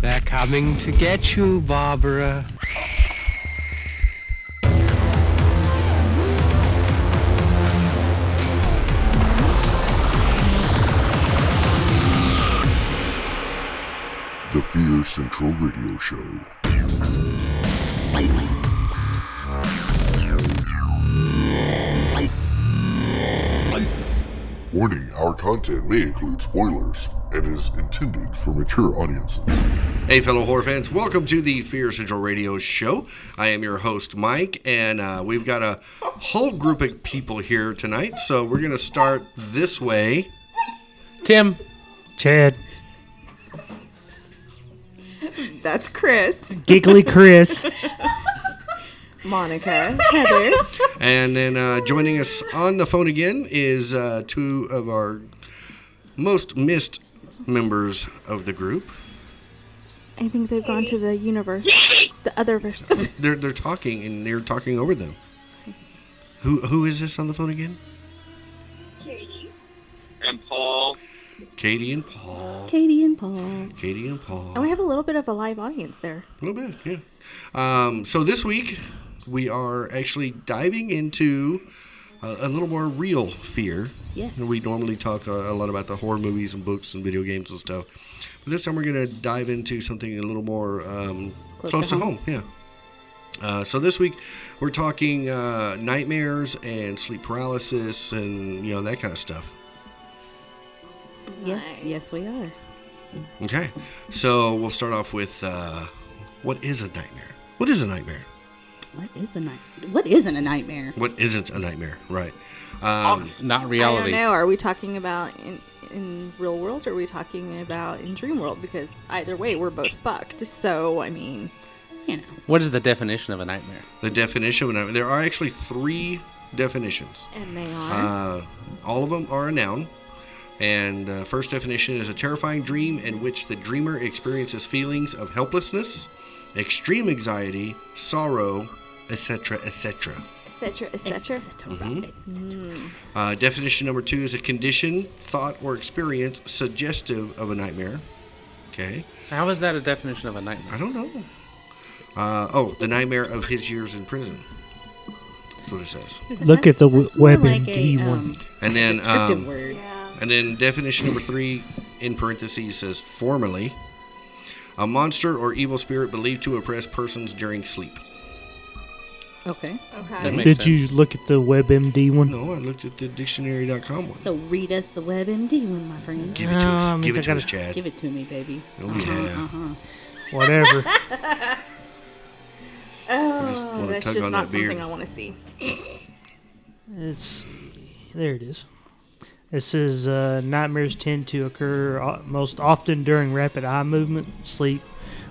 They're coming to get you, Barbara. The Fear Central Radio Show. Warning our content may include spoilers and is intended for mature audiences. Hey, fellow horror fans, welcome to the Fear Central Radio Show. I am your host, Mike, and uh, we've got a whole group of people here tonight. So we're going to start this way. Tim. Chad. That's Chris, Giggly Chris. Monica, Heather. And then uh, joining us on the phone again is uh, two of our most missed members of the group. I think they've gone to the universe, the other verse. They're, they're talking, and they're talking over them. Who, who is this on the phone again? and Paul. Katie and Paul. Katie and Paul. Katie and Paul. Oh, we have a little bit of a live audience there. A little bit, yeah. Um, so this week we are actually diving into a, a little more real fear. Yes. We normally talk a, a lot about the horror movies and books and video games and stuff, but this time we're going to dive into something a little more um, close, to, home. Yeah. Uh, so this week we're talking uh, nightmares and sleep paralysis and you know that kind of stuff. Yes, yes, we are. Okay, so we'll start off with uh, what is a nightmare? What is a nightmare? What is a night? What isn't a nightmare? What isn't a nightmare? Right. Um, Not I don't reality. know. Are we talking about in in real world? Or are we talking about in dream world? Because either way, we're both fucked. So I mean, You know, What is the definition of a nightmare? the definition of a nightmare. There are actually three definitions. and they are. Uh, all of them are a noun. And the first definition is a terrifying dream in which the dreamer experiences feelings of helplessness, extreme anxiety, sorrow, etc., etc. Etc. Etc. etc. Mm-hmm. Uh, definition number two is a condition, thought, or experience suggestive of a nightmare. Okay. How is that a definition of a nightmare? I don't know. Uh, oh, the nightmare of his years in prison. That's what it says. Look at the w- That's more WebMD um, one. And then, descriptive um, word. And then definition number three, in parentheses, says formerly, a monster or evil spirit believed to oppress persons during sleep. Okay. That Okay. makes Did sense. you look at the WebMD one? No, I looked at the dictionary.com one. So read us the WebMD one, my friend. Give it to us. Um, Give it I to us, gotta- Chad. Give it to me, baby. Oh, yeah. Uh-huh. Whatever. just Oh, wanna that's tug just on not that beard. something I want to see. It's there. It is. It says uh, nightmares tend to occur o- most often during rapid eye movement, sleep,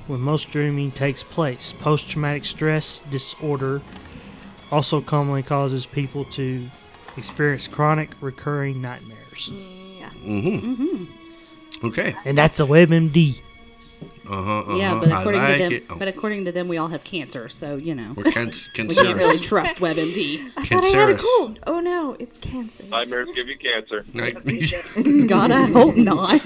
when most dreaming takes place. Post-traumatic stress disorder also commonly causes people to experience chronic, recurring nightmares. Mm-hmm. Mm-hmm. Okay. And that's a WebMD. Uh huh. Uh-huh. Yeah, but I according like to them, it. Oh, but according to them, we all have cancer. So you know, we're cons- we can't really considering. trust WebMD. I thought I had a Cancerous. cold. Oh no, it's cancer. Nightmares give you cancer. God, I hope not.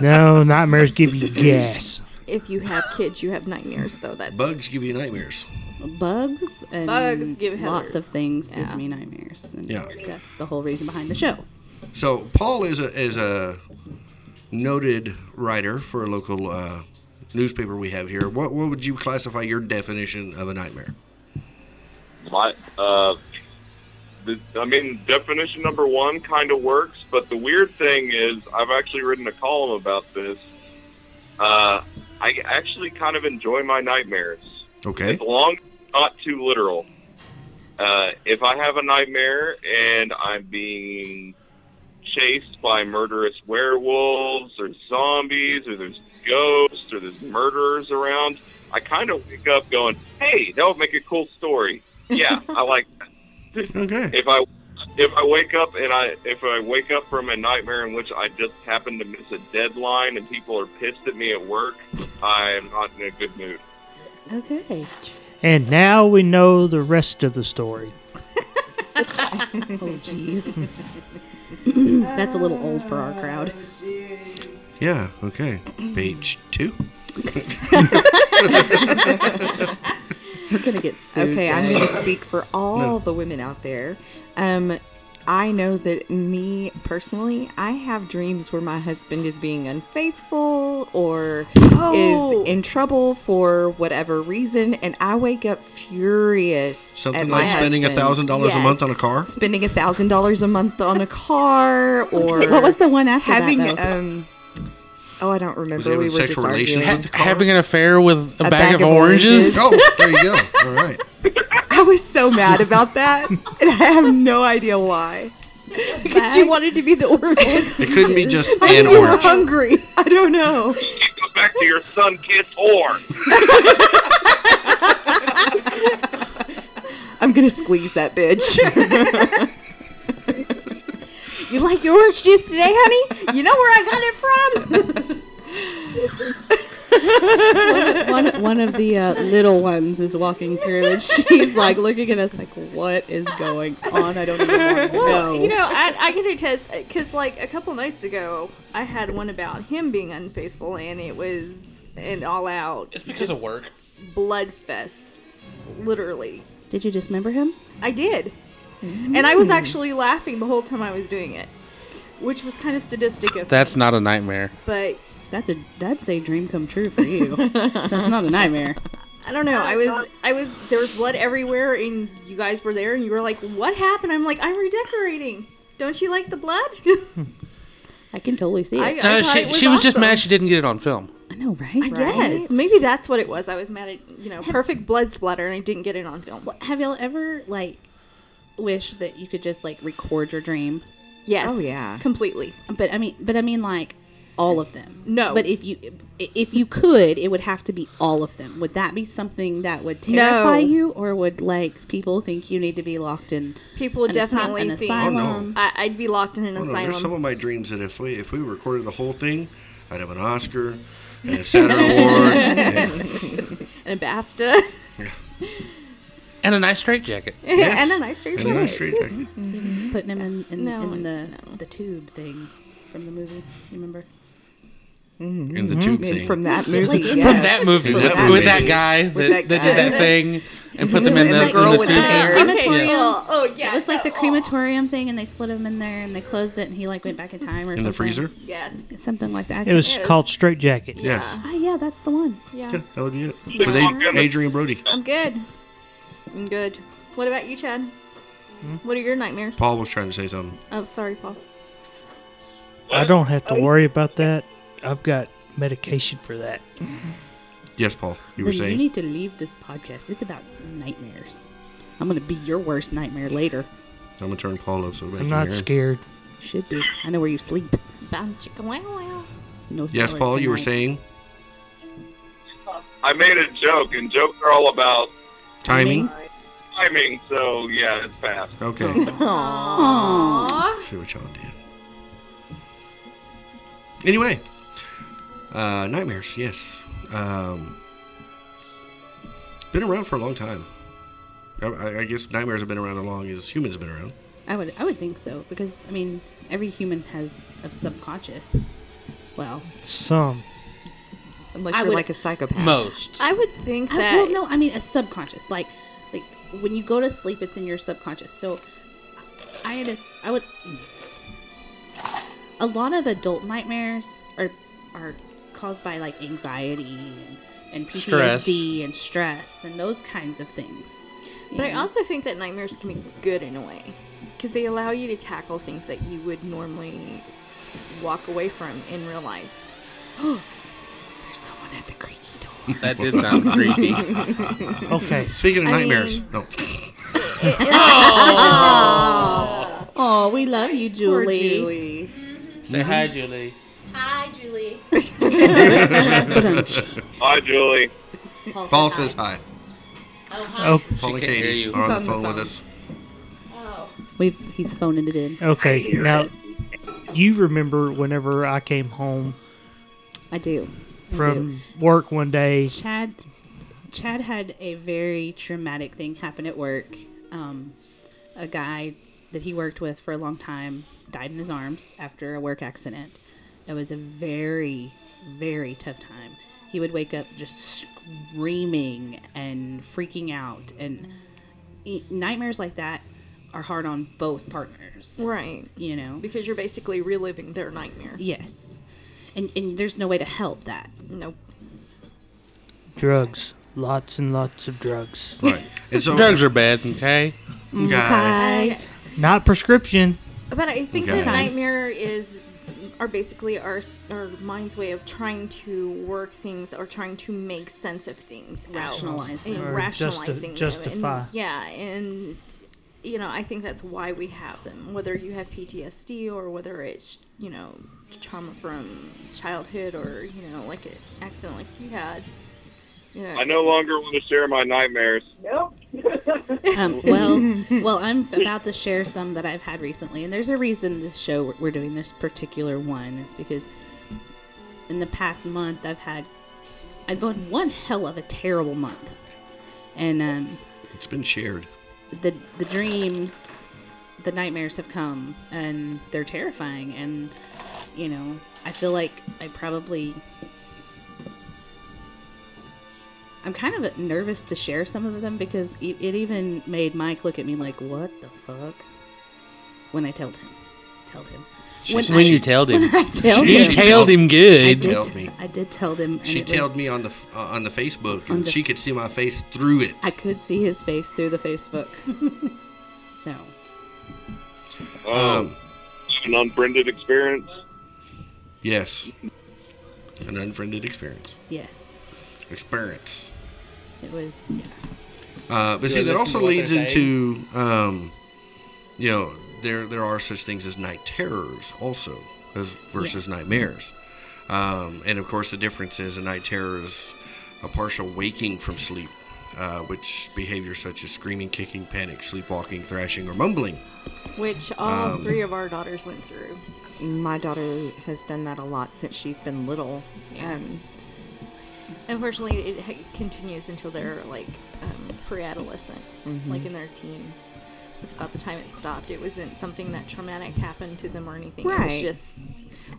No, nightmares give you gas. If you have kids, you have nightmares, though. That's Bugs give you nightmares. Bugs and Bugs give lots Heathers. of things Yeah. give me nightmares. And Yeah. that's the whole reason behind the show. So Paul is a is a noted writer for a local uh, newspaper we have here. What what would you classify your definition of a nightmare? My, uh, the, I mean, definition number one kind of works, but the weird thing is, I've actually written a column about this. Uh, I actually kind of enjoy my nightmares. Okay. As long as it's not too literal. Uh, if I have a nightmare and I'm being chased by murderous werewolves or zombies or there's ghosts or there's murderers around, I kind of wake up going, hey, that would make a cool story. Yeah, I like that. Okay. If I if I wake up and I if I wake up from a nightmare in which I just happen to miss a deadline and people are pissed at me at work, I'm not in a good mood. Okay. And now we know the rest of the story. Oh, jeez. that's a little old for our crowd. Yeah, okay. Page two. We're gonna get sued. Okay, I'm going to guys. speak for all the women out there. Um, I know that me personally, I have dreams where my husband is being unfaithful or Oh. is in trouble for whatever reason, and I wake up furious at Something my like spending a husband. thousand dollars a month on a car. spending a thousand dollars a month on a car, or What was the one after having that? Though? um. Oh, I don't remember. it We with were just sexual relations? arguing. With the car? Having an affair with a, bag, of, oranges. Oh, there you go. All right. I was so mad about that, and I have no idea why. Because you wanted to be the orange. It couldn't be just I an think you were orange. hungry. I don't know. You go back to your son, kiss, or I'm gonna squeeze that bitch. you like your orange juice today, honey? You know where I got it from? one, one of the uh, little ones is walking through, and she's like looking at us like, "What is going on? I don't even want to Well, know." you know, I, I can attest because, like, a couple nights ago, I had one about him being unfaithful, and it was an all-out. It's because of work. Blood fest, literally. Did you dismember him? I did, and I was Mm. actually laughing the whole time I was doing it, which was kind of sadistic of me. That's not a nightmare. But That's a that's a dream come true for you. that's not a nightmare. I don't know. I was, I was. There was blood everywhere, and you guys were there, and you were like, "What happened?" I'm like, "I'm redecorating." Don't you like the blood? I can totally see it. I, I I, No, thought she, it she was just awesome. mad she didn't get it on film. know, right? I guess maybe that's what it was. I was mad at you know perfect blood splatter, and I didn't get it on film. Have y'all ever like wished that you could just like record your dream? Yes. Oh, yeah. Completely. But I mean, but I mean like all of them. No. But if you if you could, it would have to be all of them. Would that be something that would terrify No. you, or would like people think you need to be locked in? People would An asy- definitely an think asylum. Oh, no. I, I'd be locked in an Oh, no, there's asylum. some of my dreams that if we if we recorded the whole thing, I'd have an Oscar and a Saturn Award. and- and a BAFTA. And a nice straitjacket. and a nice straight and an dress. Oscar. Exactly. Putting him in Mm-hmm. in, No, in the no. the tube thing from the movie. You remember? And the tube And thing. from that movie, yes. From that movie From that with movie. that guy that, With that, that did guy. that thing and put them in And the, the in girl the with tube the thing. hair. Crematorium. Oh yeah. It was like the oh, crematorium thing, and they slid him in there, and they closed it, and he like went back in time or In something. the freezer. oh, Yes. Something like that. I It was Yes. called Straight Jacket. Yes. Ah, yeah, that's the one. Yeah. Yeah, that would be it. Yeah. With I'm Ad- gonna- Adrian Brody. I'm good. I'm good. What about you, Chad? What are your nightmares? Hmm? Paul was trying to say something. Oh, sorry, Paul. I don't have to worry about that. I've got medication for that. Yes, Paul. You were Then you saying. need to leave this podcast. It's about nightmares. I'm gonna be your worst nightmare later. I'm gonna turn Paul up so everybody can I'm not hear him. scared. Should be. I know where you sleep. Bam chicka wow wow. No. Yes, salad Paul. You were saying tonight. I made a joke, and jokes are all about timing. timing. So yeah, it's fast. Okay. Aw. See what y'all did. Anyway, uh, nightmares. Yes. Um, been around for a long time. I- I, I guess nightmares have been around as long as humans have been around. I would. I would think so because I mean, every human has a subconscious. Well, Some. Unless I you're would- like a psychopath. Most. I would think I, that. well, no, I mean a subconscious. Like, like when you go to sleep, it's in your subconscious. So, I had a, s- I would. A lot of adult nightmares are are caused by like anxiety and, and PTSD and stress and those kinds of things. But I also think that nightmares can be good in a way because they allow you to tackle things that you would normally walk away from in real life. There's someone at the creaky door. That did sound creepy. Okay. Speaking of I nightmares, mean- no. Oh, we love you, Poor Julie. Julie. Say hi, Julie. Hi, Julie. Paul says hi. Oh, Paul and can't hear Katie you. are He's on the phone with us. We've he's phoning it in. okay. Now, you remember whenever I came home I do. I do. from work one day. Chad Chad had a very traumatic thing happen at work. Um, a guy that he worked with for a long time died in his arms after a work accident. It was a very very tough time. he would wake up just screaming and freaking out. And e- nightmares like that are hard on both partners, Right. you know? Because you're basically reliving their nightmare. Yes. And, and there's no way to help that. Nope. Drugs. Lots and lots of drugs. Right. And so, Drugs are bad, okay? guy, I, Not prescription. But I think Okay. that nightmare is are basically our s- our mind's way of trying to work things or trying to make sense of things, out Rationalize them. and Or rationalizing justi- them, and- justify. yeah, and you know I think that's why we have them. Whether you have PTSD or whether it's you know trauma from childhood or you know like an accident like you had. You know, I no longer want to share my nightmares. um, well, well, I'm about to share some that I've had recently, and there's a reason this show we're doing this particular one is because in the past month I've had I've had one hell of a terrible month, and um, it's been shared. the the dreams, the nightmares have come, and they're terrifying, and you know I feel like I probably. I'm kind of nervous to share some of them because e, it, it even made Mike look at me like, "What the fuck?" When I told him, told him. When, When you tailed him. I told You him, tailed him I good. did, Tailed me. I did tell him. and She it tailed was- me on the uh, on the Facebook, On and the- she could see my face through it. I could see his face through the Facebook. so Um, Um, an unfriended experience. yes, an unfriended experience. yes, Experience. it was. Yeah. Uh, but see, that listen also to what leads they're into, um, you know, there there are such things as night terrors also, as versus Yes. nightmares, um, and of course the difference is a night terror is a partial waking from sleep, uh, which behaviors such as screaming, kicking, panic, sleepwalking, thrashing, or mumbling. which all Um, three of our daughters went through. My daughter has done that a lot since she's been little. Um, Unfortunately, it ha- continues until they're like um, pre-adolescent, Mm-hmm. like in their teens. That's about the time it stopped. It wasn't something that traumatic happened to them or anything. It was Right. just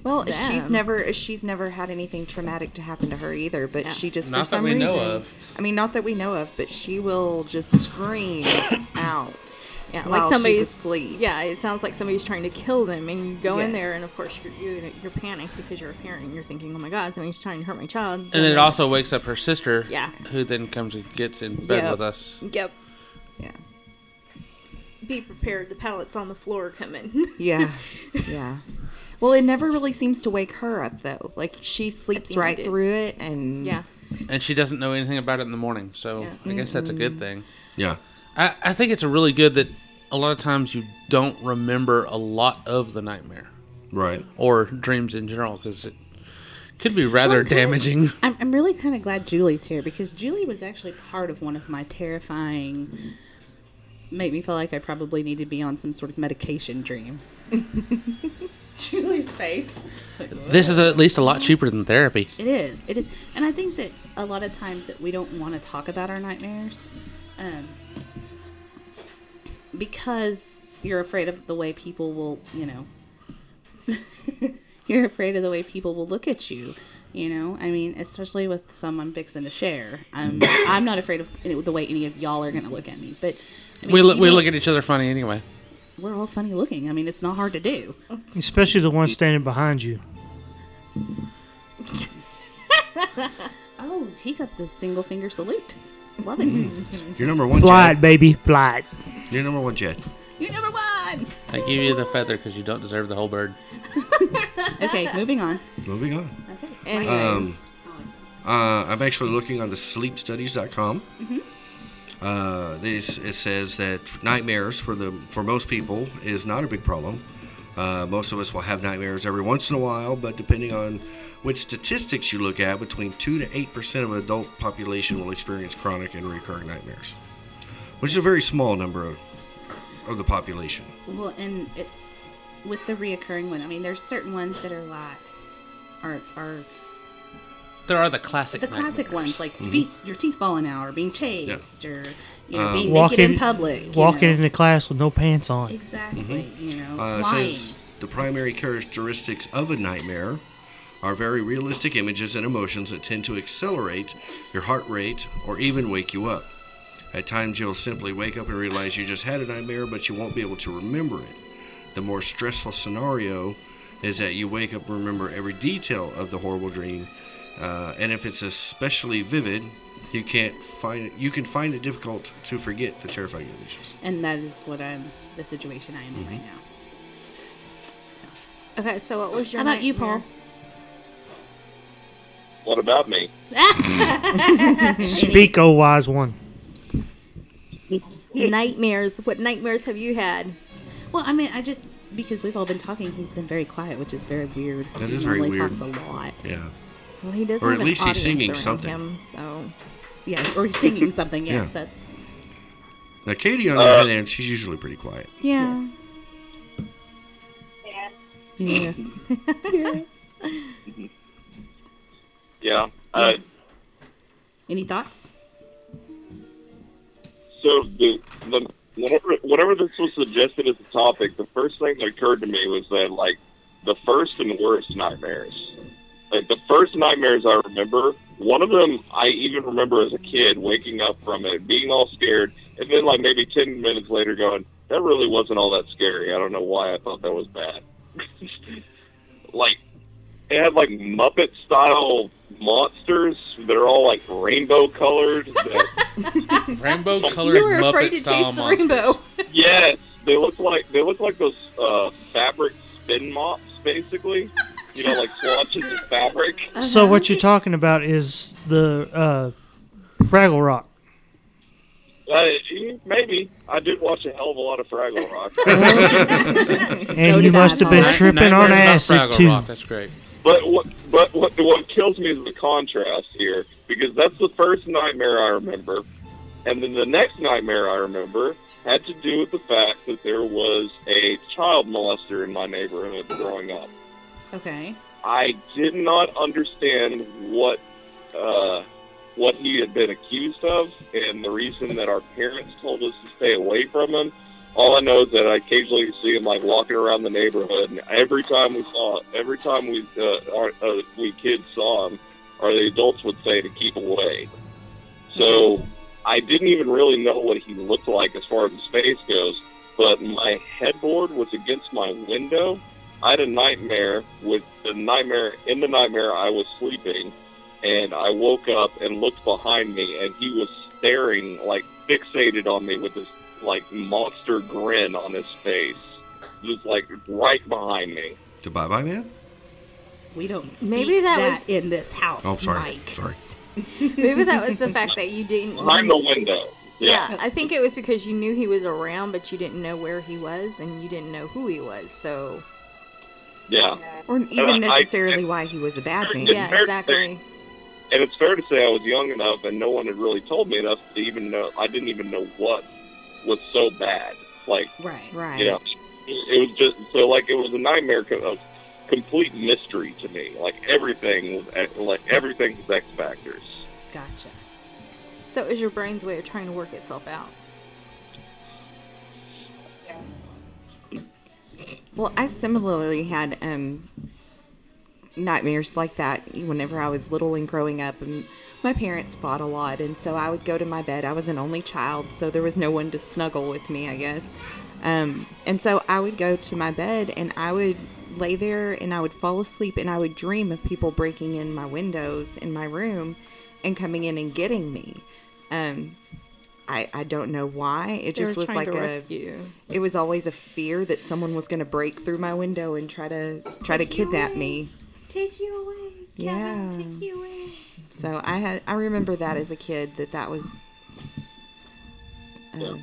well, she's Damn. never she's never had anything traumatic to happen to her either. But Yeah. she just Not for that some we know reason, of. I mean, not that we know of, but she will just scream out. yeah, while like somebody's she's asleep. Yeah, it sounds like somebody's trying to kill them, and you go in there, Yes. and of course you're you're, you're panicked because you're a parent. And you're thinking, oh my god, somebody's trying to hurt my child. And then it also wakes up her sister, Yeah. who then comes and gets in bed Yep. with us. yep. yeah, Be prepared. The pallets on the floor coming. yeah, yeah. Well, it never really seems to wake her up though. Like she sleeps think it right did. through it, and yeah. And she doesn't know anything about it in the morning, so Yeah. Mm-hmm. I guess that's a good thing. Yeah, I, I think it's a really good that a lot of times you don't remember a lot of the nightmare right. or dreams in general because it could be rather Okay. damaging. I'm, I'm really kind of glad Julie's here because Julie was actually part of one of my terrifying, make me feel like I probably need to be on some sort of medication dreams. Julie's face. This is at least a lot cheaper than therapy. It is. It is. And I think that a lot of times that we don't want to talk about our nightmares um, because you're afraid of the way people will, you know, you're afraid of the way people will look at you. You know, I mean, especially with some I'm fixing to share. I'm, I'm not afraid of any- the way any of y'all are going to look at me, but I mean, We look you we know, look at each other funny anyway. We're all funny looking. I mean, it's not hard to do. Especially the one standing behind you. Oh, he got the single finger salute. Love it. You're number one, Fly Jed. it, baby. Fly it. You're number one, Jed. You're number one. I give you the feather because you don't deserve the whole bird. Okay, moving on. Moving on. Okay. Anyways, Um, Uh, I'm actually looking on the sleepstudies.com. Uh, this it says that nightmares for the for most people is not a big problem. Uh, most of us will have nightmares every once in a while, but depending on which statistics you look at, between two to eight percent of adult population will experience chronic and recurring nightmares, which is a very small number of, of the population. Well, and it's with the reoccurring one. I mean, there's certain ones that are like are are There are the classic. the classic nightmares. ones, like Mm-hmm. feet, your teeth falling out, or being chased, or you know, Um, being Walking naked in public, you Walking know. into class with no pants on. exactly, you know, Uh, it flying. says the primary characteristics of a nightmare are very realistic images and emotions that tend to accelerate your heart rate or even wake you up. At times, you'll simply wake up and realize you just had a nightmare, but you won't be able to remember it. The more stressful scenario is that you wake up and remember every detail of the horrible dream, uh, and if it's especially vivid, you can't find you can find it difficult to forget the terrifying images. And that is what I'm, the situation I am in Mm-hmm. right now. So, Okay, so what was your how about you, Paul? nightmare? What about me? Speak, O wise one. Nightmares. What nightmares have you had? Well, I mean, I just because we've all been talking, he's been very quiet, which is very weird. That he is very normally weird. talks a lot. Yeah. Well, he does Or have at an least he's audience singing around something. Him, so Yeah, or he's singing something. Yes, Yeah. that's Now, Katie, on the other hand, she's usually pretty quiet. yeah. yes. Yeah. Yeah. Uh, Any thoughts? So the, the whenever, whenever this was suggested as a topic, the first thing that occurred to me was that like the first and worst nightmares. Like the first nightmares I remember, one of them I even remember as a kid waking up from it, being all scared, and then like maybe ten minutes later going, That really wasn't all that scary. I don't know why I thought that was bad. like it had like Muppet style monsters that are all like rainbow colored that Rainbow colored You were afraid Muppet to style taste the rainbow. Yes, they look like they look like those uh, fabric spin mops, basically. You know, like swatches of fabric. So what you're talking about is the uh, Fraggle Rock. Uh, eh, maybe I did watch a hell of a lot of Fraggle Rock, And you did I, must have been Paul. tripping on acid too. Rock. That's great. but what but what what kills me is the contrast here because that's the first nightmare I remember, and then the next nightmare I remember had to do with the fact that there was a child molester in my neighborhood growing up. Okay. I did not understand what uh, what he had been accused of, and the reason that our parents told us to stay away from him. All I know is that I occasionally see him like walking around the neighborhood, and every time we saw, every time we uh, our, uh, we kids saw him, or the adults would say to keep away. So I didn't even really know what he looked like as far as his face goes, but my headboard was against my window. I had a nightmare with the nightmare in the nightmare I was sleeping and I woke up and looked behind me and he was staring like fixated on me with this like monster grin on his face. Just like right behind me. To Bye Bye Man? We don't speak Maybe that that, was- in this house, Oh, sorry. Mike. Sorry. Maybe that was the fact that you didn't. Behind the window. Yeah, I think it was because you knew he was around, but you didn't know where he was and you didn't know who he was. So Yeah. Or I- I- even necessarily why he was a bad man. yeah, Fair- exactly. And it's fair to say I was young enough and no one had really told me enough to even know I didn't even know what was so bad. Like Right. Right. you know, it was just so like it was a nightmare co- of complete mystery to me. Like everything was X- like everything was X factors. Gotcha. So it was your brain's way of trying to work itself out. Well, I similarly had um, nightmares like that whenever I was little and growing up. And my parents fought a lot, and so I would go to my bed. I was an only child, so there was no one to snuggle with me, I guess. Um, and so I would go to my bed, and I would lay there, and I would fall asleep, and I would dream of people breaking in my windows in my room and coming in and getting me. Um, I, I don't know why. It They just were was trying like to a rescue. you. it was always a fear that someone was going to break through my window and try to try to kidnap me. Take you away. Yeah. Take you away. So I had I remember that as a kid that that was um,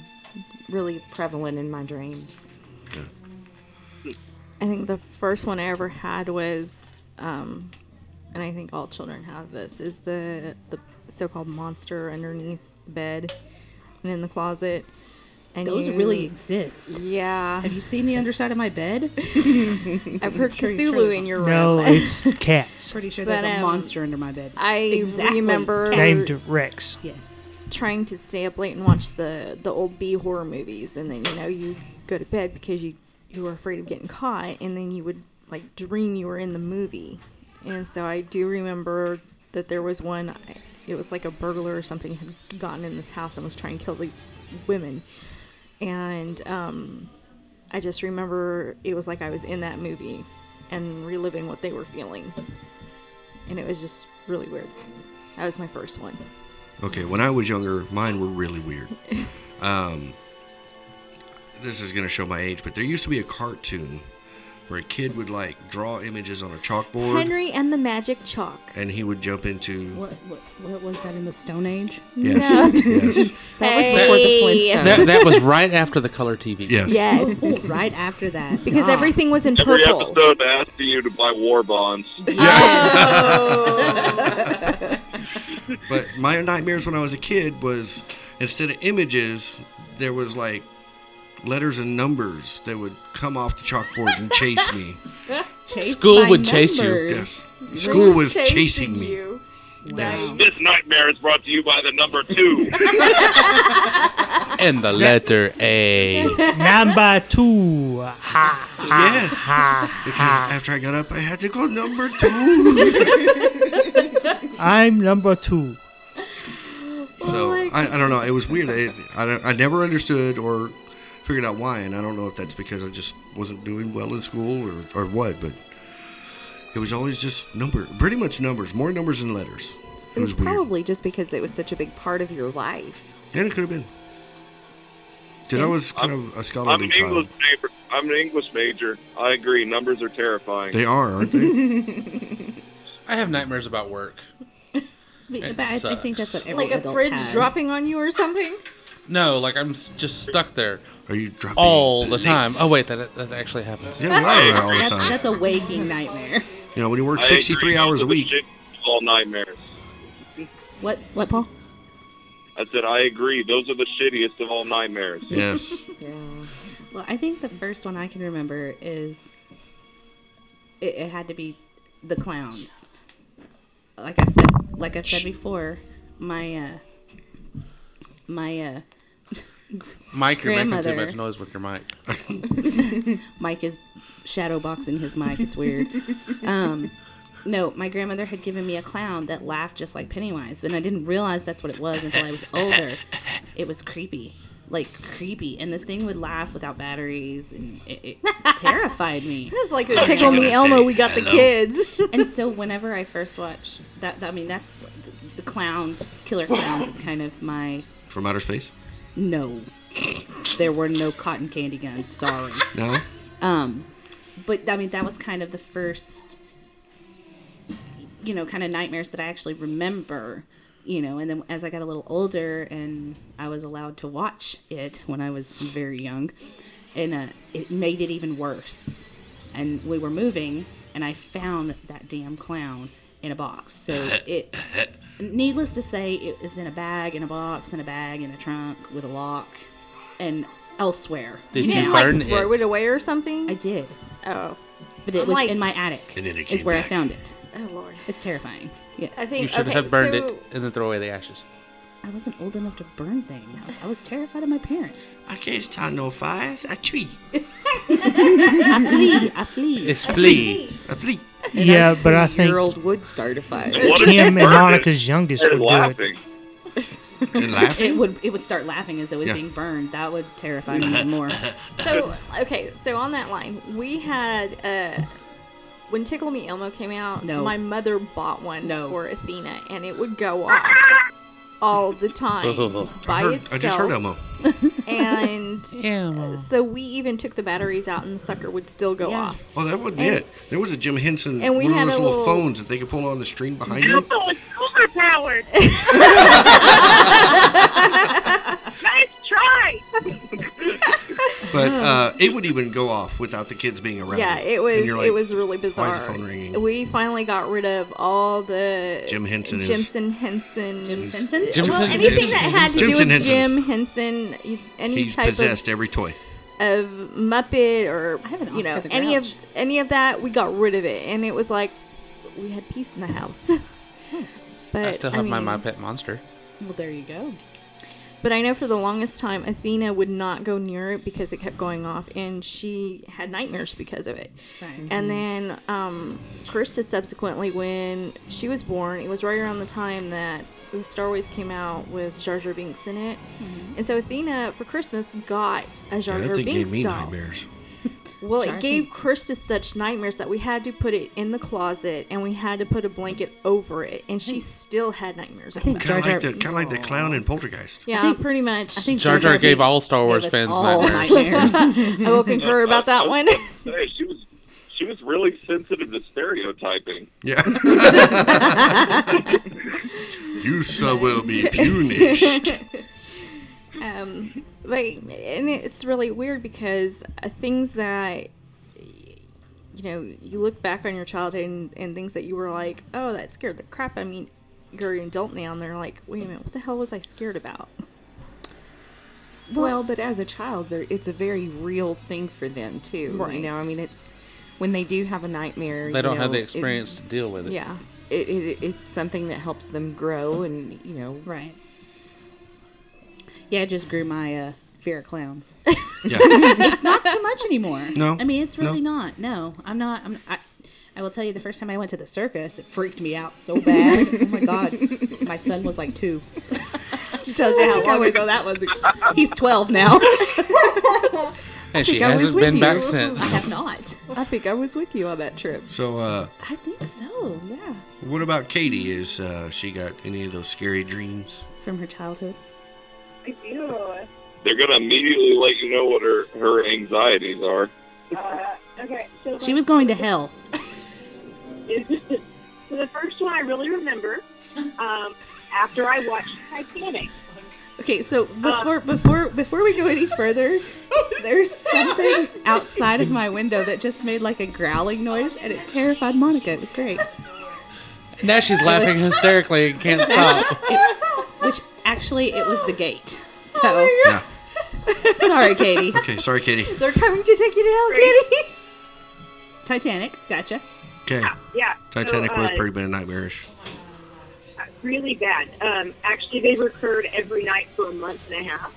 really prevalent in my dreams. I think the first one I ever had was, um, and I think all children have this, is the the so-called monster underneath the bed and in the closet. And Those you- really exist. Yeah, Have you seen the underside of my bed? I've heard sure Cthulhu there's in a- your room. No, it's cats Pretty sure But, there's a um, monster under my bed. I Exactly. remember named Rex. yes. trying to stay up late and watch the the old B horror movies, and then you know you go to bed because you you were afraid of getting caught, and then you would like dream you were in the movie, And so I do remember that there was one. I- It was like a burglar or something had gotten in this house and was trying to kill these women. And um, I just remember it was like I was in that movie and reliving what they were feeling. And it was just really weird. That was my first one. Okay, when I was younger, mine were really weird. Um, this is going to show my age, but there used to be a cartoon where a kid would like draw images on a chalkboard Henry and the Magic Chalk. and he would jump into. What, what what was that in the Stone Age? Yes. yes. That was before the Hey. Flintstones. That, that was right after the color TV. Yes. Yes. right after that. Ah. Because God. everything was in Every purple. episode asking you to buy war bonds. Oh, But my nightmares when I was a kid was instead of images, there was like letters and numbers that would come off the chalkboard and chase me. Chased School by would chase you. numbers. School was chasing me. You. Nice. This nightmare is brought to you by the number two. And the letter A. Nine by two. Ha, Yes. Because after I got up, I had to go number two. I'm number two. so my I, I don't know. It was weird. I, I, don't- I never understood or figured out why. And I don't know if that's because I just wasn't doing well in school or, or what. But it was always just number, pretty much numbers, more numbers than letters. It was weird. probably just because it was such a big part of your life. And it could have been. Because I was kind of a I'm scholarly an child. English major. I'm an English major. I agree. Numbers are terrifying. They are, aren't they? I have nightmares about work. It But I, I think that's what sucks. every Like a adult fridge has. dropping on you or something. No, like I'm s- just stuck there Are you dropping? all the time. Oh wait, that that actually happens. Yeah, we are all the That, time. that's a waking nightmare. You know, when you work I 63 agree. hours a Those are week. shit- All nightmares. What what Paul? I said I agree. Those are the shittiest of all nightmares. Yes. Yeah. Well, I think the first one I can remember is it, it had to be the clowns. Like I've said, like I've said before, my uh, my uh, Mike, you're making too Grandmother. much noise with your mic. Mike is shadow boxing his mic. It's weird. um, no, my grandmother had given me a clown that laughed just like Pennywise, but I didn't realize that's what it was until I was older. It was creepy, like creepy, and this thing would laugh without batteries, and it, it terrified me. It's like the Tickle Me Elmo. We got the kids. and so whenever I first watched that, that- I mean, that's the, the clowns, killer clowns is kind of my From outer space? no. There were no cotton candy guns. Sorry, No? but I mean that was kind of the first, you know, kind of nightmares that I actually remember. You know, and then as I got a little older and I was allowed to watch it when I was very young, and uh, it made it even worse. And we were moving, and I found that damn clown in a box. So it needless to say, it was in a bag, in a box, in a bag, in a trunk with a lock, and elsewhere. Did You didn't burn like throw it away or something. I did, oh, but it I'm was like- in my attic. And then it Is came where back. I found it. oh lord. It's terrifying. Yes, I think You should okay, have burned so it and then throw away the ashes. I wasn't old enough to burn things. I was, I was terrified of my parents. I can't start no fires. I tree. I flee. I flee. It's flea. I flee. yeah, but I think Your old wood starter fire. What if you Tim and burned it? Monica's youngest They're would do it. laughing. And laugh. It would it would start laughing as it was Yeah. being burned. That would terrify me even more. So okay, so on that line, we had uh, when Tickle Me Elmo came out. No. My mother bought one No. for Athena, and it would go off all the time by Heard- itself. I just heard Elmo. and Yeah. so we even took the batteries out, and the sucker would still go Yeah. off. Oh, that wasn't And- it. There was a Jim Henson, And we one of had those a little, little- phones that they could pull on the string behind you. is overpowered. nice try. But uh, it would even go off without the kids being around. Yeah, it And was you're like, it was really bizarre. phone ringing?" We finally got rid of all the Jim Henson is- Jimson Henson. Jim Henson. Jim well, Henson. anything that had to do Jimson with Henson. Jim Henson, you- any He's type of possessed every toy. of Muppet or I have an you know Oscar the any of Grouch. any of that, we got rid of it, and it was like we had peace in the house. but I still have my mean, my pet monster. Well, there you go. But I know for the longest time, Athena would not go near it because it kept going off, and she had nightmares because of it. And then um, Krista subsequently, when she was born, it was right around the time that the Star Wars came out with Jar Jar Binks in it. Mm-hmm. And so Athena, for Christmas, got a Jar that Jar thing gave Binks me doll. nightmares. Well, Jar- it gave Krista such nightmares that we had to put it in the closet and we had to put a blanket over it, and she still had nightmares. about it. Kind of Jar like Jar- the kind of like the clown in Poltergeist. Yeah, think- pretty much. I think Jar Jar gave Binks all Star Wars gave fans us all nightmares. I will concur about that one. Hey, she was she was really sensitive to stereotyping. Yeah. you so will be punished. um, but and it's really weird because uh, things that you know you look back on your childhood and, and things that you were like, oh, that scared the crap. I mean, you're an adult now, and they're like, wait a minute, what the hell was I scared about? Well, but as a child, there it's a very real thing for them too. Right. You know, I mean, it's when they do have a nightmare. They you don't have know, the experience to deal with it. Yeah, It's, it, it, it's something that helps them grow, and you know, Right. Yeah, I just grew my uh, fear of clowns. Yeah. it's not so much anymore. No, I mean it's no. really not. No, I'm not. I'm, I, I will tell you, the first time I went to the circus, it freaked me out so bad. oh my god, my son was like two. Tells you how long ago that was. He's twelve now. I And she think I was hasn't with been you. back since. have not. I think I was with you on that trip. So, uh, I think so. Yeah, what about Katie? Is uh, she got any of those scary dreams? from her childhood. Ew. They're gonna immediately let you know what her her anxieties are. Uh, okay. So She was going to hell. so the first one I really remember, um, after I watched Titanic. Okay, so before before before we go any further, There's something outside of my window that just made like a growling noise, and it terrified Monica. It was great. Now she's laughing hysterically and can't stop. Which actually, it was the gate. So sorry, Katie. Okay, sorry, Katie. they're coming to take you to hell, Kitty. Titanic, gotcha. Okay. Yeah. Titanic so, was uh, pretty bit nightmarish. really bad. Um, actually, they recurred every night for a month and a half.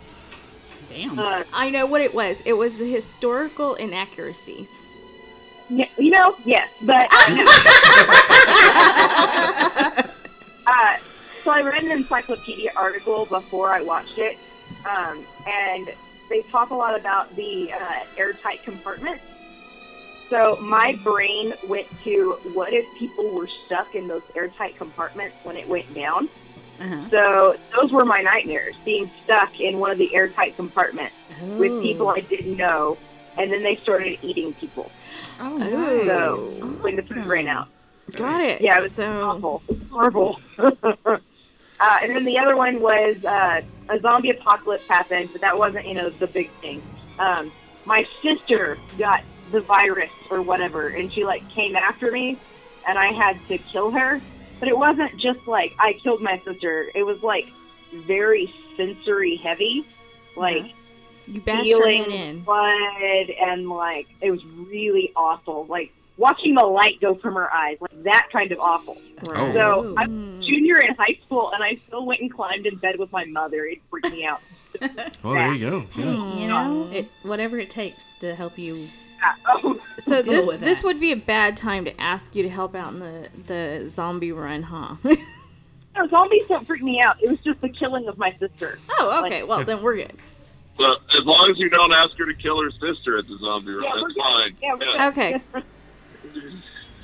Damn. Uh, I know what it was. It was the historical inaccuracies. Yeah, you know, yes, but. uh, so I read an encyclopedia article before I watched it, um, and they talk a lot about the uh, airtight compartments. So my brain went to what if people were stuck in those airtight compartments when it went down? Uh-huh. So those were my nightmares, being stuck in one of the airtight compartments with Oh. people I didn't know, and then they started eating people. oh, So nice. when the food ran out, Got it. yeah, it was so awful, It was horrible. uh, and then the other one was uh, a zombie apocalypse happened, but that wasn't you know the big thing. Um, my sister got the virus or whatever, and she like came after me, and I had to kill her. But it wasn't just like I killed my sister. It was like very sensory heavy, like Uh-huh. you bashed her feeling head in. blood and like it was really awful. Like watching the light go from her eyes, like that kind of awful. Oh. So I'm junior in high school and I still went and climbed in bed with my mother. It freaked me out. Well, Oh, there you go. Hmm. Hey, Yeah. you know, it, whatever it takes to help you. Oh, So deal this with this that. would be a bad time to ask you to help out in the the zombie run, huh? no, zombies don't freak me out. It was just the killing of my sister. oh, okay. Well, then we're good. So as long as you don't ask her to kill her sister at the zombie run, Yeah, we're that's good. fine. Yeah, we're good. Okay.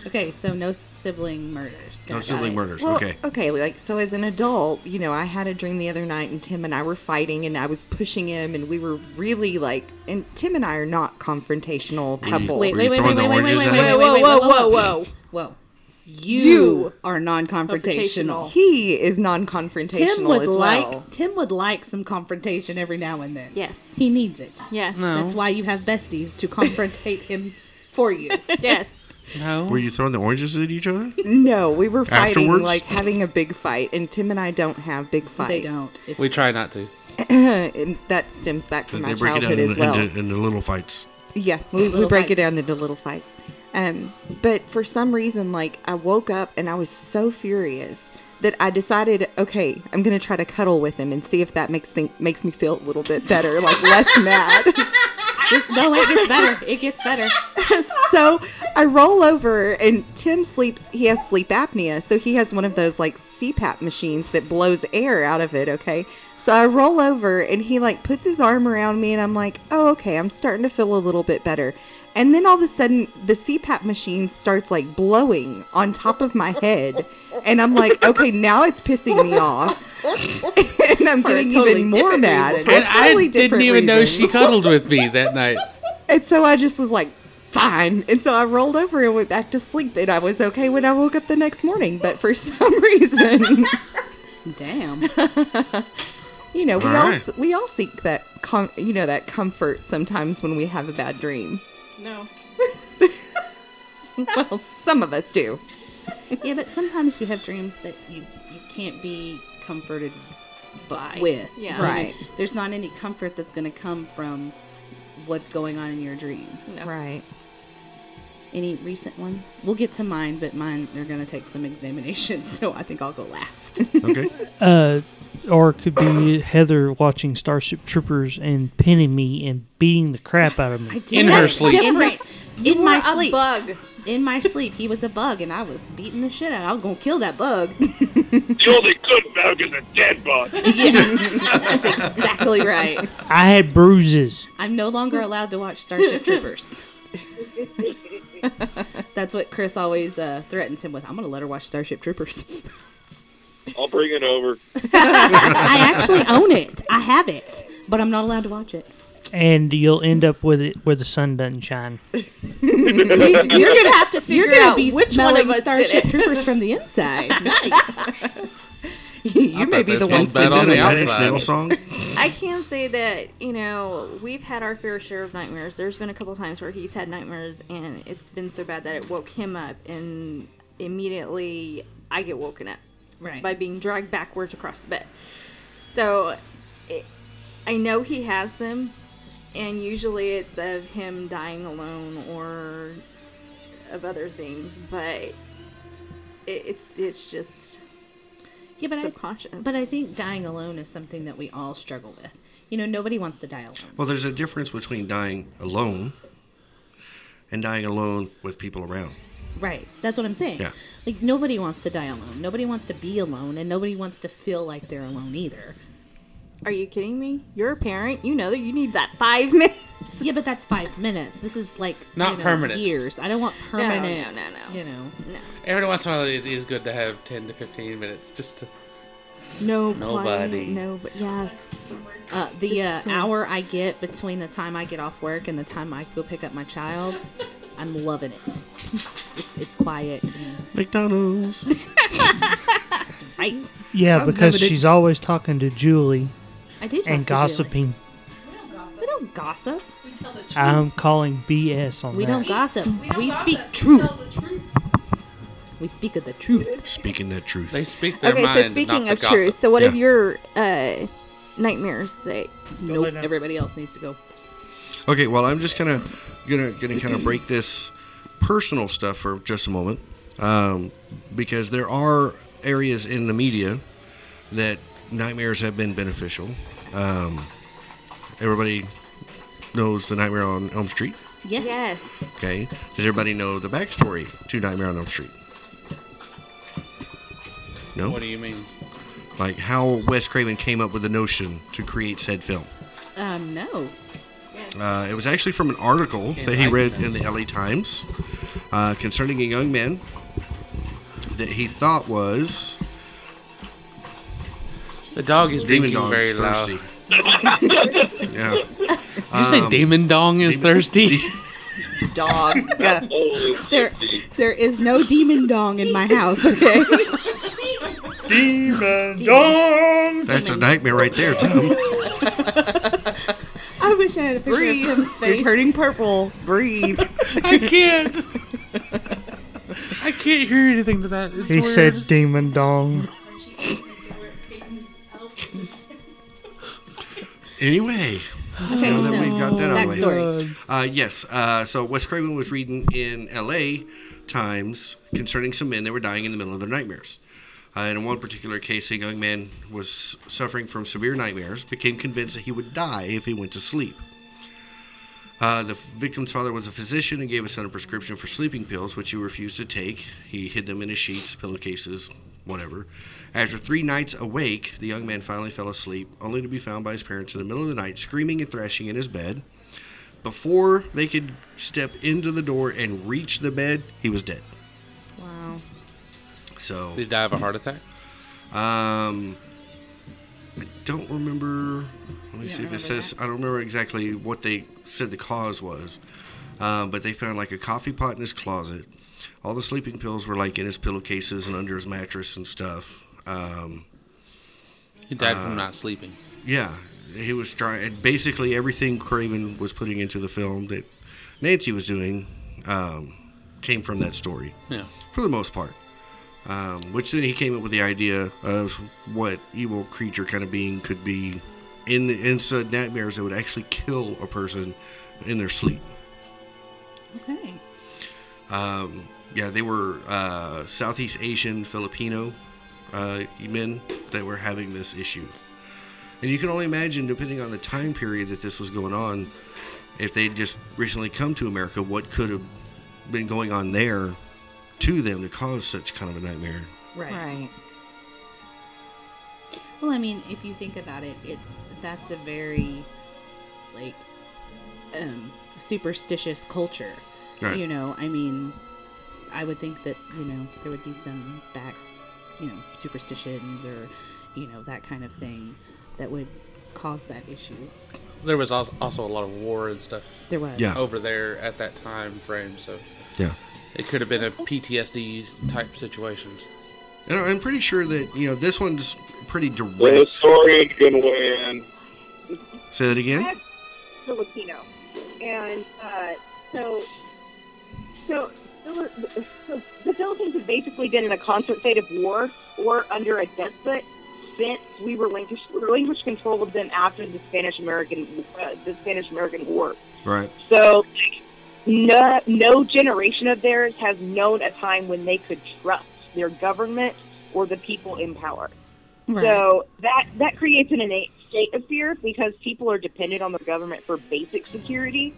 Okay, so no sibling murders. No Got sibling it. murders. Well, okay. like so as an adult, you know, I had a dream the other night and Tim and I were fighting and I was pushing him and we were really like and Tim and I are not confrontational couple. Wait, Were wait, you wait, throwing wait, the wait, wait, wait, oranges wait, at wait, him? wait, wait, whoa, whoa. whoa. You, are non-confrontational. He is non-confrontational Tim would as like well. Tim would like some confrontation every now and then. Yes. he needs it. Yes. That's why you have besties to confrontate him for you. Yes. Were you throwing the oranges at each other? No, we were fighting Afterwards? like having a big fight and Tim and I don't have big fights. Uh, They don't. It's, We try not to. and that stems back from they my break it down childhood as into, well. into, into little fights. yeah, we, we Little break it fights. down into little fights. Um, but for some reason, like I woke up and I was so furious that I decided, okay, I'm gonna try to cuddle with him and see if that makes think makes me feel a little bit better, like less mad. no, it gets better. It gets better. so I roll over, and Tim sleeps. He has sleep apnea, so he has one of those like CPAP machines that blows air out of it. Okay, so I roll over, and he like puts his arm around me, and I'm like, oh, okay, I'm starting to feel a little bit better. And then all of a sudden, the CPAP machine starts like blowing on top of my head, and I'm like, okay, now it's pissing me off. and I'm getting totally even more different mad. reason. For a And I totally didn't different even know reason. she cuddled with me that night. And so I just was like, fine. And so I rolled over and went back to sleep, and I was okay when I woke up the next morning. But for some reason, Damn. you know, we All all right. s- we all seek that com- you know that comfort sometimes when we have a bad dream. No. well, some of us do. Yeah, but sometimes you have dreams that you you can't be comforted by. With, yeah. Right. There's not any comfort that's going to come from what's going on in your dreams. No. Right. Any recent ones? We'll get to mine, but mine they're going to take some examination, so I think I'll go last. Okay. Uh, or it could be Heather watching Starship Troopers and pinning me and beating the crap out of me. In her sleep. In my, in You my are a sleep. bug. In my sleep, he was a bug, and I was beating the shit out. I was gonna kill that bug. The only good bug is a dead bug. yes, that's exactly right. I had bruises. I'm no longer allowed to watch Starship Troopers. That's what Chris always uh, threatens him with. I'm gonna let her watch Starship Troopers. I'll bring it over. I actually own it. I have it, but I'm not allowed to watch it. And you'll end up with it where the sun doesn't shine. You're You're gonna have to figure out which one of smelling us Starship did it. Troopers from the inside. Nice. you may thought be that the one smelled bad sleeping on the with That it. outside. Adele song. I can say that you know we've had our fair share of nightmares. There's been a couple times where he's had nightmares, and it's been so bad that it woke him up, and immediately I get woken up Right. by being dragged backwards across the bed. So it, I know he has them, and usually it's of him dying alone or of other things, but it, it's it's just yeah, but I, subconscious. but I think dying alone is something that we all struggle with. You know, nobody wants to die alone. Well, there's a difference between dying alone and dying alone with people around. Right. That's what I'm saying. Yeah. Like nobody wants to die alone. Nobody wants to be alone, and nobody wants to feel like they're alone either. Are you kidding me? You're a parent. You know that you need that five minutes. Yeah, but that's five minutes. This is like Not you know, permanent. years. I don't want permanent. no, no. You know, Every once in a while, it is good to have 10 to 15 minutes just to. No, Nobody. No, but yes. uh, the uh, Just, uh, hour I get between the time I get off work and the time I go pick up my child, I'm loving it. It's it's quiet. and McDonald's. It's right. Yeah, I'm because limited. she's always talking to Julie I do. Talk to and Julie. gossiping. We don't gossip. I'm calling BS on We that. don't gossip. We, speak truth. We speak of the truth. Speaking the truth. They speak their Okay, mind. so speaking not of the gossip. truth, so what Yeah. of your uh, nightmares that Nope. down. Everybody else needs to go. Okay, well, I'm just gonna gonna gonna kind of break this personal stuff for just a moment, um, because there are areas in the media that nightmares have been beneficial. Um, everybody knows the Nightmare on Elm Street. Yes. yes, Okay, does everybody know the backstory to Nightmare on Elm Street? No, What do you mean? like how Wes Craven came up with the notion to create said film. Um. No. Uh, it was actually from an article that he read in the LA Times uh, concerning a young man that he thought was The dog is demon drinking dogs very loud. thirsty. yeah, Did you say Um, demon dong is thirsty? Dog. Holy There, shit. there is no demon dong in my house. Okay. that's a nightmare right there, Tom. I wish I had a picture Breathe. of Tim's You're face. turning purple. Breathe. I can't. I can't hear anything to that. It's He weird. said demon dong. Anyway, Okay, now that so we've got that out of the way. backstory. Uh, yes. Uh, so Wes Craven was reading in L.A. Times concerning some men that were dying in the middle of their nightmares. Uh, and in one particular case, a young man was suffering from severe nightmares, became convinced that he would die if he went to sleep. Uh, the victim's father was a physician and gave his son a prescription for sleeping pills, which he refused to take. He hid them in his sheets, pillowcases, whatever. After three nights awake, the young man finally fell asleep, only to be found by his parents in the middle of the night, screaming and thrashing in his bed. Before they could step into the door and reach the bed, he was dead. Wow. So, Did he die of a heart attack? um, I don't remember. Let me see You don't if it remember says. I don't remember exactly what they said the cause was, um, but they found like a coffee pot in his closet. All the sleeping pills were like in his pillowcases and under his mattress and stuff. Um, He died from not sleeping. yeah, he was trying. Basically, everything Craven was putting into the film that Nancy was doing um, came from that story Yeah. for the most part. Um, which then he came up with the idea of what evil creature kind of being could be in the inside nightmares that would actually kill a person in their sleep. Okay. Um, yeah, they were uh, Southeast Asian Filipino uh, men that were having this issue. And you can only imagine, depending on the time period that this was going on, if they'd just recently come to America, what could have been going on there to them to cause such kind of a nightmare. Right. Right. Well, I mean, if you think about it, it's that's a very like um superstitious culture. Right. You know, I mean, I would think that, you know, there would be some back, you know, superstitions or, you know, that kind of thing that would cause that issue. There was als- also a lot of war and stuff There was. Yeah. over there at that time frame, so Yeah. it could have been a PTSD type situation. And I'm pretty sure that, you know, this one's pretty The direct. story can win. Say that again? Filipino, and uh, so so Phil- so the Philippines have basically been in a constant state of war or under a despot since we relinquished, relinquished control of them after the Spanish American uh, the Spanish American War. Right. So like, no, no generation of theirs has known a time when they could trust their government or the people in power. So that that creates an innate state of fear because people are dependent on the government for basic security,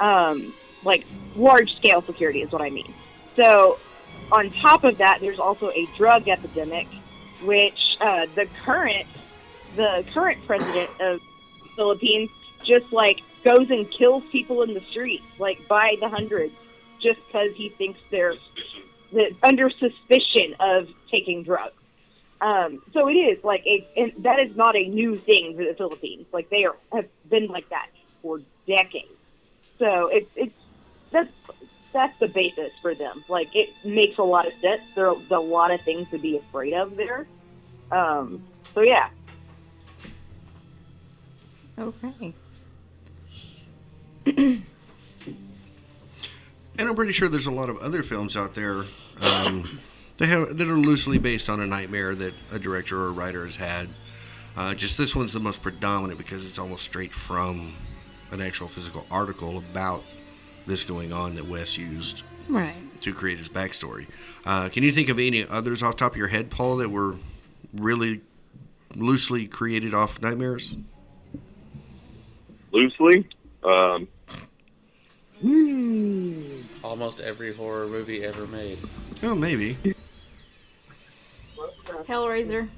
um, like large scale security is what I mean. So on top of that, there's also a drug epidemic, which uh, the current the current president of Philippines just like goes and kills people in the streets, like by the hundreds, just because he thinks they're that under suspicion of taking drugs. Um, so it is like a, and that is not a new thing for the Philippines. Like they are, have been like that for decades. So it's it's that's that's the basis for them. Like it makes a lot of sense. There are a lot of things to be afraid of there. Um, so yeah, Okay. And I'm pretty sure there's a lot of other films out there um, that, have, that are loosely based on a nightmare that a director or a writer has had. Uh, just this one's the most predominant because it's almost straight from an actual physical article about this going on that Wes used Right. to create his backstory. Uh, can you think of any others off the top of your head, Paul, that were really loosely created off nightmares? Loosely. Um, Almost every horror movie ever made. Oh, maybe. Hellraiser.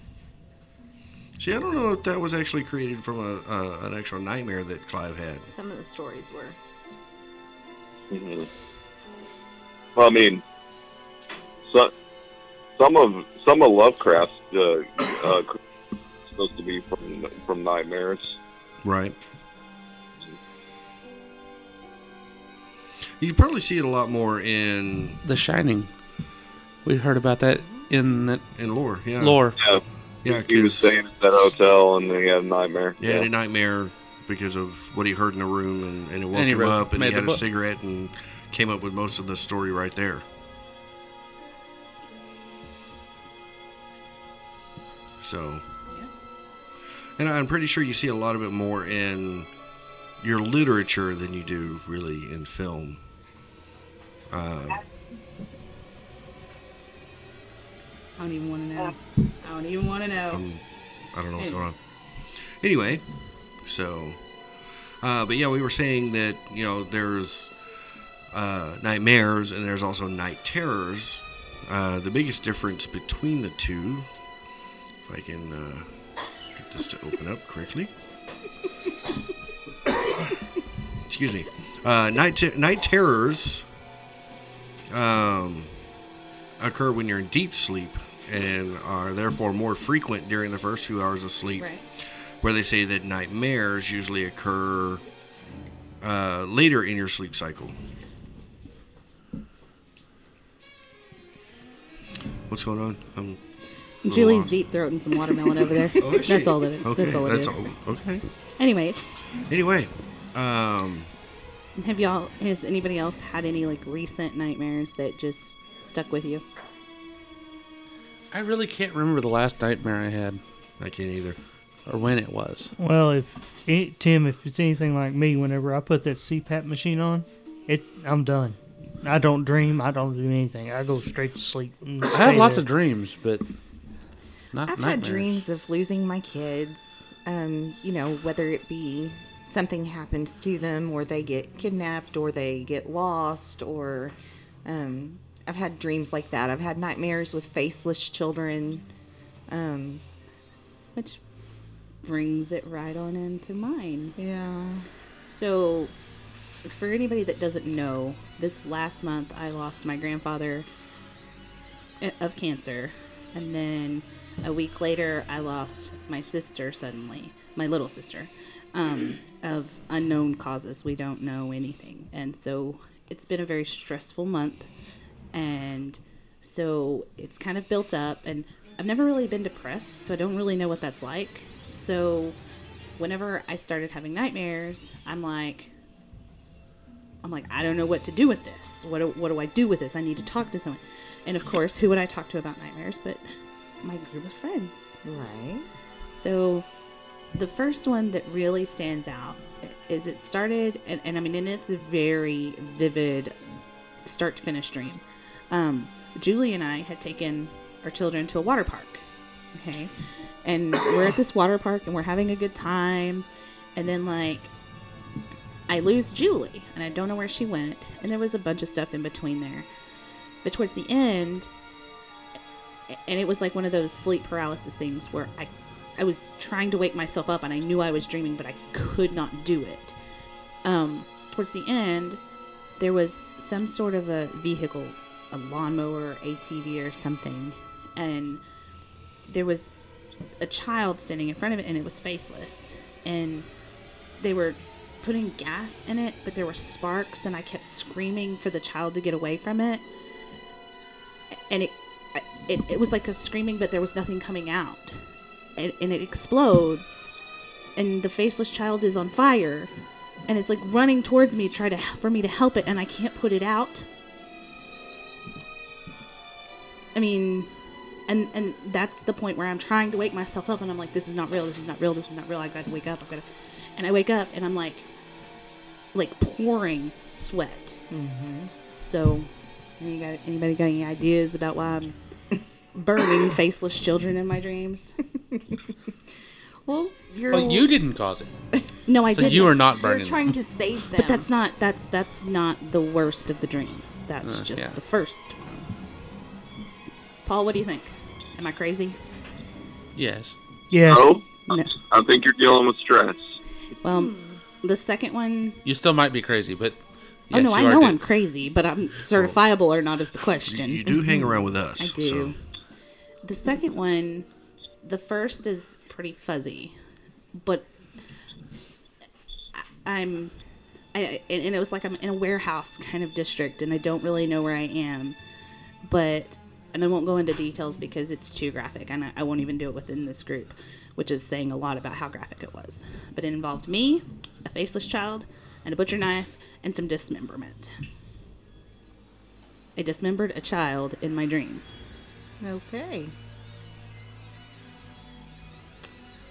See, I don't know if that was actually created from a, uh, an actual nightmare that Clive had. Some of the stories were. mhm. I mean, so, some of some of Lovecraft's uh, uh, supposed to be from from nightmares. Right. You probably see it a lot more in The Shining. We heard about that in the in lore. Yeah. lore. Yeah, Yeah, he was 'cause- staying at that hotel and he had a nightmare. Yeah, had a nightmare because of what he heard in the room, and, and it woke And he him wrote- up, and he made the had a book. cigarette, and came up with most of the story right there. So, and I'm pretty sure you see a lot of it more in your literature than you do really in film. Uh, I don't even want to Uh, know. I don't even want to know. I'm- I don't know what's going on. Anyway, so, uh, but yeah, we were saying that you know there's uh, nightmares and there's also night terrors. Uh, the biggest difference between the two, if I can uh, get this to open up correctly. Excuse me. Uh, night te- night terrors um, occur when you're in deep sleep and are therefore more frequent during the first few hours of sleep Right. where they say that nightmares usually occur uh, later in your sleep cycle. What's going on? Um, Julie's deep throating some watermelon over there. Oh, is that's she? all that it, Okay, that's all it is. Okay. Anyways, Anyway, um, have y'all has anybody else had any like recent nightmares that just stuck with you? I really can't remember the last nightmare I had I can't either. or when it was. Well, if eh, Tim, if it's anything like me, whenever I put that CPAP machine on, it I'm done. I don't dream. I don't do anything. I go straight to sleep. and I stay have lots there. of dreams, but not I've had nightmares. dreams of losing my kids. Um, you know, whether it be something happens to them, or they get kidnapped, or they get lost, or um, I've had dreams like that. I've had nightmares with faceless children. Um, Which brings it right on into mine. yeah. So, for anybody that doesn't know, this last month I lost my grandfather uh, of cancer. And then a week later, I lost my sister suddenly, my little sister, um, of unknown causes. We don't know anything. And so, it's been a very stressful month. And so, it's kind of built up. And I've never really been depressed, so I don't really know what that's like. So, whenever I started having nightmares, I'm like, I'm like, I don't know what to do with this. What do, what do I do with this? I need to talk to someone. And of course, who would I talk to about nightmares but my group of friends? Right. So the first one that really stands out is it started, and, and I mean, and it's a very vivid start to finish dream. Um, Julie and I had taken our children to a water park. Okay. And we're at this water park and we're having a good time. And then, like, I lose Julie and I don't know where she went. And there was a bunch of stuff in between there. But towards the end, and it was like one of those sleep paralysis things where I I was trying to wake myself up and I knew I was dreaming but I could not do it. Um, towards the end, there was some sort of a vehicle, a lawnmower, ATV or something, and there was a child standing in front of it and it was faceless and they were putting gas in it but there were sparks and I kept screaming for the child to get away from it and it, I- it it was like a screaming, but there was nothing coming out, and, and it explodes, and the faceless child is on fire, and it's like running towards me, try to for me to help it, and I can't put it out. I mean, and and that's the point where I'm trying to wake myself up, and I'm like, this is not real, this is not real, this is not real. I got to wake up. I got to, and I wake up, and I'm like, like pouring sweat. So, any got, anybody got any ideas about why I'm burning faceless children in my dreams? Well, you're. But Oh, you didn't cause it, No, I so didn't. you are not burning. You're them. trying to save them. But that's not that's that's not the worst of the dreams. That's just Uh, yeah. the first one. Paul, what do you think? Am I crazy? Yes. Yes. Oh, No. I think you're dealing with stress. Well, the second one You still might be crazy, but oh yes, no, you I are know dead. I'm crazy, but I'm certifiable or not is the You, question. you do hang around with us. I do. The second one, the first is pretty fuzzy, but I- I'm, I, I- and it was like I'm in a warehouse kind of district, and I don't really know where I am, but and I won't go into details because it's too graphic, and I, I won't even do it within this group, which is saying a lot about how graphic it was. But it involved me, a faceless child, and a butcher knife, and some dismemberment. I dismembered a child in my dream. Okay.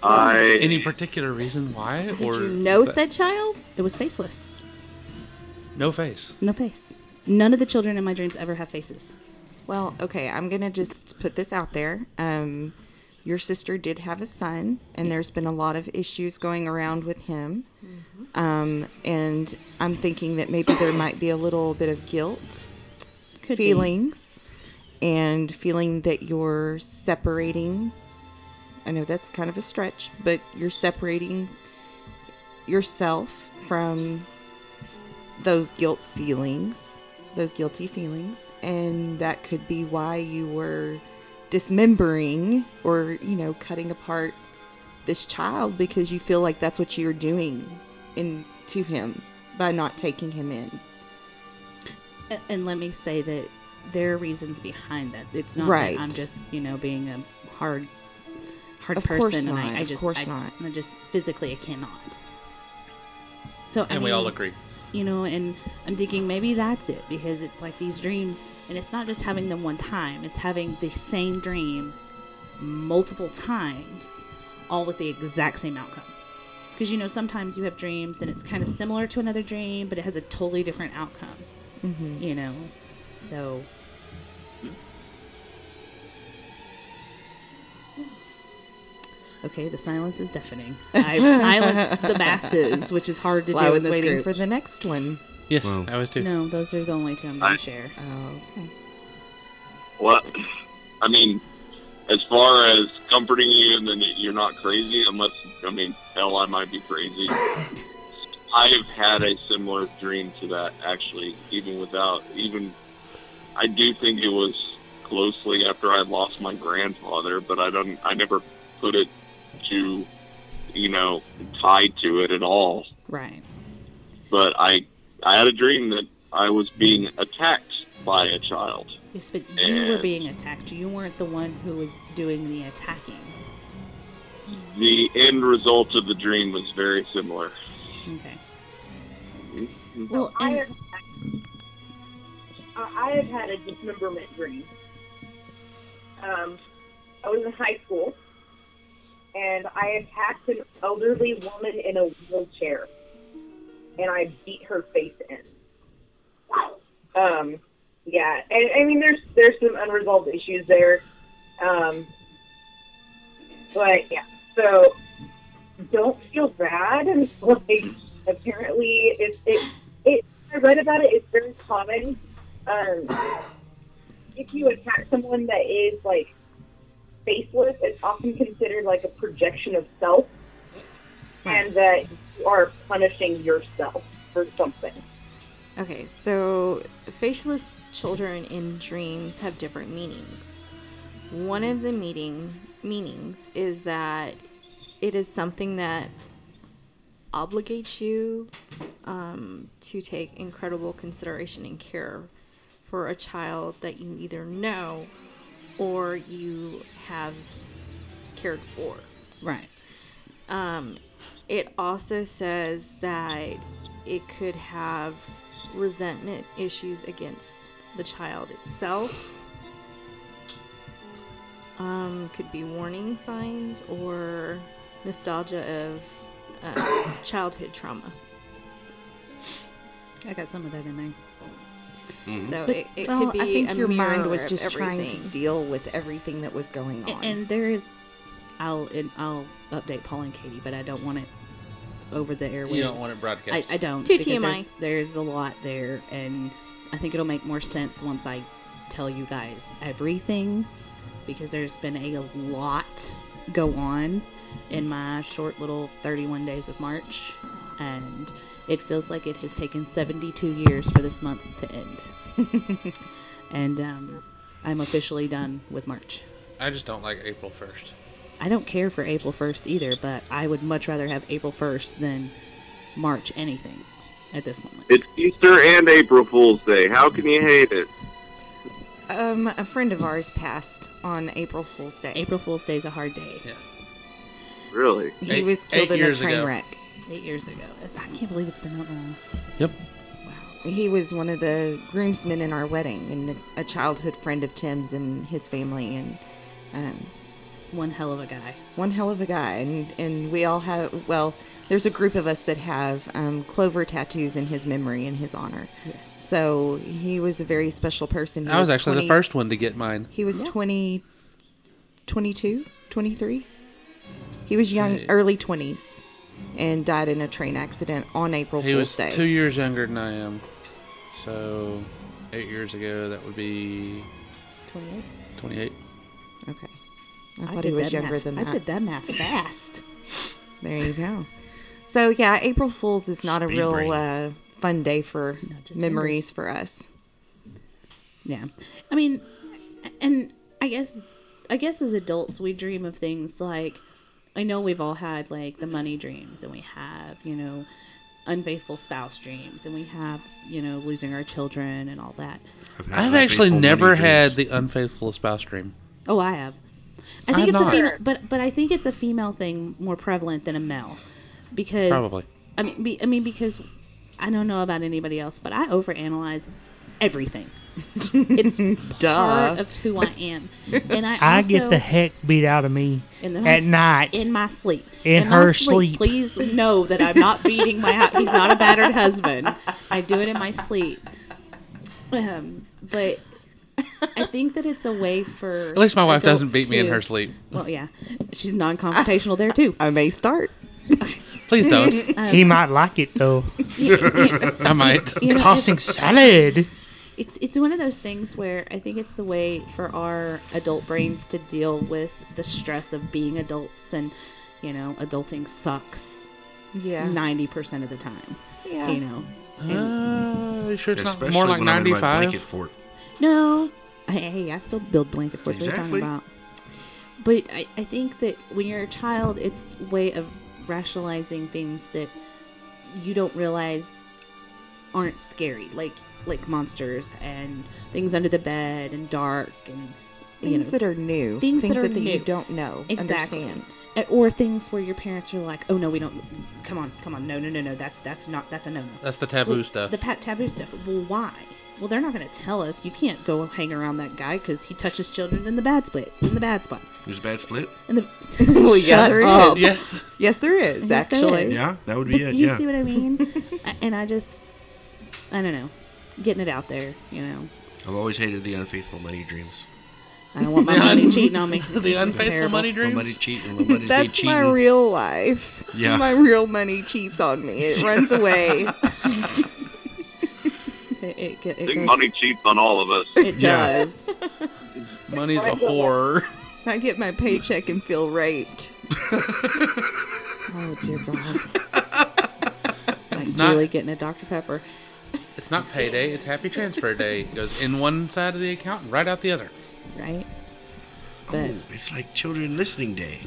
I Any particular reason why? Did or you know is that- said child? It was faceless. No face. No face. None of the children in my dreams ever have faces. Well, okay, I'm gonna just put this out there. Um, your sister did have a son, and there's been a lot of issues going around with him. Um, and I'm thinking that maybe there might be a little bit of guilt, Could be. feelings, and feeling that you're separating. I know that's kind of a stretch, but you're separating yourself from those guilt feelings, those guilty feelings, and that could be why you were dismembering or, you know, cutting apart this child because you feel like that's what you're doing in to him by not taking him in. A- And let me say that there are reasons behind that. It's not Right. that I'm just, you know, being a hard hard Of course person and not, I, I of just course I, not. I just physically I cannot. So I And we mean, all agree. you know and i'm thinking maybe that's it because it's like these dreams and it's not just having them one time it's having the same dreams multiple times all with the exact same outcome because you know sometimes you have dreams and it's kind of similar to another dream but it has a totally different outcome you know so Okay, the silence is deafening. I've silenced the masses, which is hard to Well, do I in was this waiting group. for the next one. Yes, Wow. I was too. No, those are the only two I'm going I- to share. Oh, okay. Well, I mean, as far as comforting you and then that you're not crazy, unless, I mean, hell, I might be crazy. I've had a similar dream to that, actually, even without, even, I do think it was closely after I lost my grandfather, but I don't, I never put it to, you know, tied to it at all Right. but I I had a dream that I was being attacked by a child. Yes, but you were And- being attacked. You weren't the one who was doing the attacking. The end result of the dream was very similar. Okay. Well, Well, I and- have, I I have had a dismemberment dream. Um, I was in high school, and I attacked an elderly woman in a wheelchair, and I beat her face in. Um, yeah, and I mean, there's there's some unresolved issues there, um, but yeah. So don't feel bad. Like apparently, it's it it. I read about it. It's very common. Um, if you attack someone that is like faceless, it's often considered like a projection of self, and that you are punishing yourself for something. Okay, so faceless children in dreams have different meanings. One of the meaning meanings is that it is something that obligates you um, to take incredible consideration and care for a child that you either know or you have cared for. Right. Um, it also says that it could have resentment issues against the child itself. Um, could be warning signs or nostalgia of uh, childhood trauma. I got some of that in there. So it, it well, could be I think a your mind mirror was of just trying to everything. deal with everything that was going A- on. And, there is, I'll and I'll update Paul and Katie, but I don't want it over the airwaves. You don't want it broadcast. I, I don't. To because TMI. There's, there's a lot there, and I think it'll make more sense once I tell you guys everything, because there's been a lot go on in my short little 31 days of March, and it feels like it has taken 72 years for this month to end. and um, I'm officially done with March. I just don't like April 1st. I don't care for April 1st either, but I would much rather have April 1st than March anything at this moment. It's Easter and April Fool's Day. How can you hate it? um, a friend of ours passed on April Fool's Day. April Fool's Day is a hard day. Really? He Eight- was eight killed in a years train ago. wreck. Eight years ago. I can't believe it's been that long. Yep. He was one of the groomsmen in our wedding and a childhood friend of Tim's and his family. And um, one hell of a guy. one hell of a guy and and we all have well there's a group of us that have um, clover tattoos in his memory in his honor so he was a very special person He I was actually 20 the first one to get mine. he was 20 22 23 he was young early 20s and died in a train accident on april He was fool's day two years younger than I am, so eight years ago that would be 28. twenty-eight. okay i thought he was that younger math- than I that did that math fast. There you go. So yeah, April Fools is not a Speed real brain. uh, fun day for just memories for us. Yeah. I mean, and I guess, I guess as adults, we dream of things like, I know we've all had like the money dreams, and we have, you know, unfaithful spouse dreams, and we have, you know, losing our children and all that. I've actually never had the unfaithful spouse dream. Oh, I have. I I think have it's a not. female, but but I think it's a female thing more prevalent than a male, because Probably. I mean, be, I mean because I don't know about anybody else, but I overanalyze everything. it's part of who I am, and I I also, get the heck beat out of me in at my- night. in my sleep In my her sleep. Please know that I'm not beating my. hu- He's not a battered husband. I do it in my sleep. Um, but I think that it's a way for At least my wife doesn't adults beat me in to- her sleep. Well, yeah, she's non-confrontational there too. Oh, I may start. Please don't. Um, he might like it though. I might. You know, Tossing it's- salad. It's it's one of those things where I think it's the way for our adult brains to deal with the stress of being adults and you know adulting sucks Yeah. ninety percent of the time. Yeah. You know, Uh, you sure it's not Especially more like when I'm in my ninety-five? blanket fort. No. Hey, hey, I still build blanket forts. Exactly. What are you talking about? But I, I think that when you're a child, it's way of rationalizing things that you don't realize aren't scary, like like monsters and things under the bed and dark and you Things know, that are new, things, that, are that you new. don't know, Exactly. understand. And- Or things where your parents are like, "Oh no, we don't. Come on, come on. No, no, no, no. That's that's not. That's a no, no." That's the taboo Well, stuff. The pat taboo stuff. Well, why? Well, they're not going to tell us. You can't go hang around that guy because he touches children in the bad split, in the bad spot, There's a bad split. in the. Well, yeah, Shut there up. is. yes. Yes, there is Yes, there actually. is. Yeah, that would be But it. you yeah. see what I mean? I- and I just, I don't know, getting it out there. You know, I've always hated the unfaithful money dreams. I don't want my money cheating on me. The unfaithful money My dream. money cheating. My money That's cheating. my real life. Yeah. My real money cheats on me. It runs away. It, it, get- I it think goes- money cheats on all of us. It Yeah. does. Money's a whore. I get my paycheck and feel raped. Oh dear God. It's like not- Julie getting a Dr Pepper. It's not payday. It's happy transfer day. It goes in one side of the account and right out the other. right? But Oh, it's like children listening day.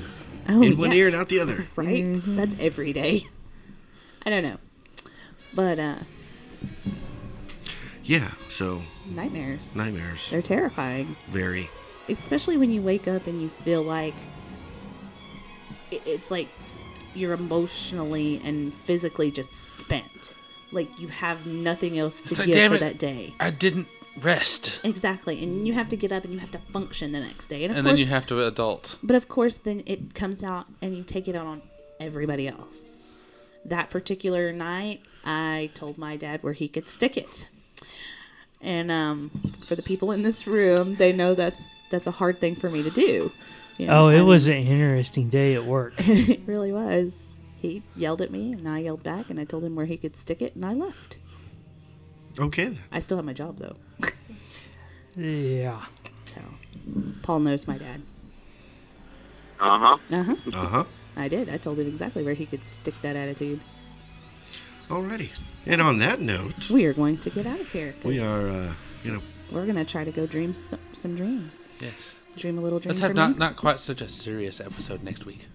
oh, in one yes. ear and out the other. right? That's Mm-hmm. every day. I don't know, but uh, Yeah. So nightmares. nightmares. They're terrifying, Very. especially when you wake up and you feel like i- it's like you're emotionally and physically just spent. Like you have nothing else to It's like, give damn for it. that day. I didn't rest. Exactly, and you have to get up and you have to function the next day, and of And then course, you have to adult. But of course, then it comes out and you take it out on everybody else. That particular night, I told my dad where he could stick it. And um, for the people in this room, they know that's that's a hard thing for me to do. You know, Oh, I it mean, was an interesting day at work. It really was. He yelled at me, and I yelled back, and I told him where he could stick it, and I left. Okay. then. I still have my job though. yeah. So Paul knows my dad. Uh huh. Uh huh. Uh huh. I did. I told him exactly where he could stick that attitude. Alrighty. And on that note, We are going to get out of here. 'cause- we are uh, you know we're gonna try to go dream some, some dreams. Yes. Dream a little dream Let's for have not, me. not quite such a serious episode next week.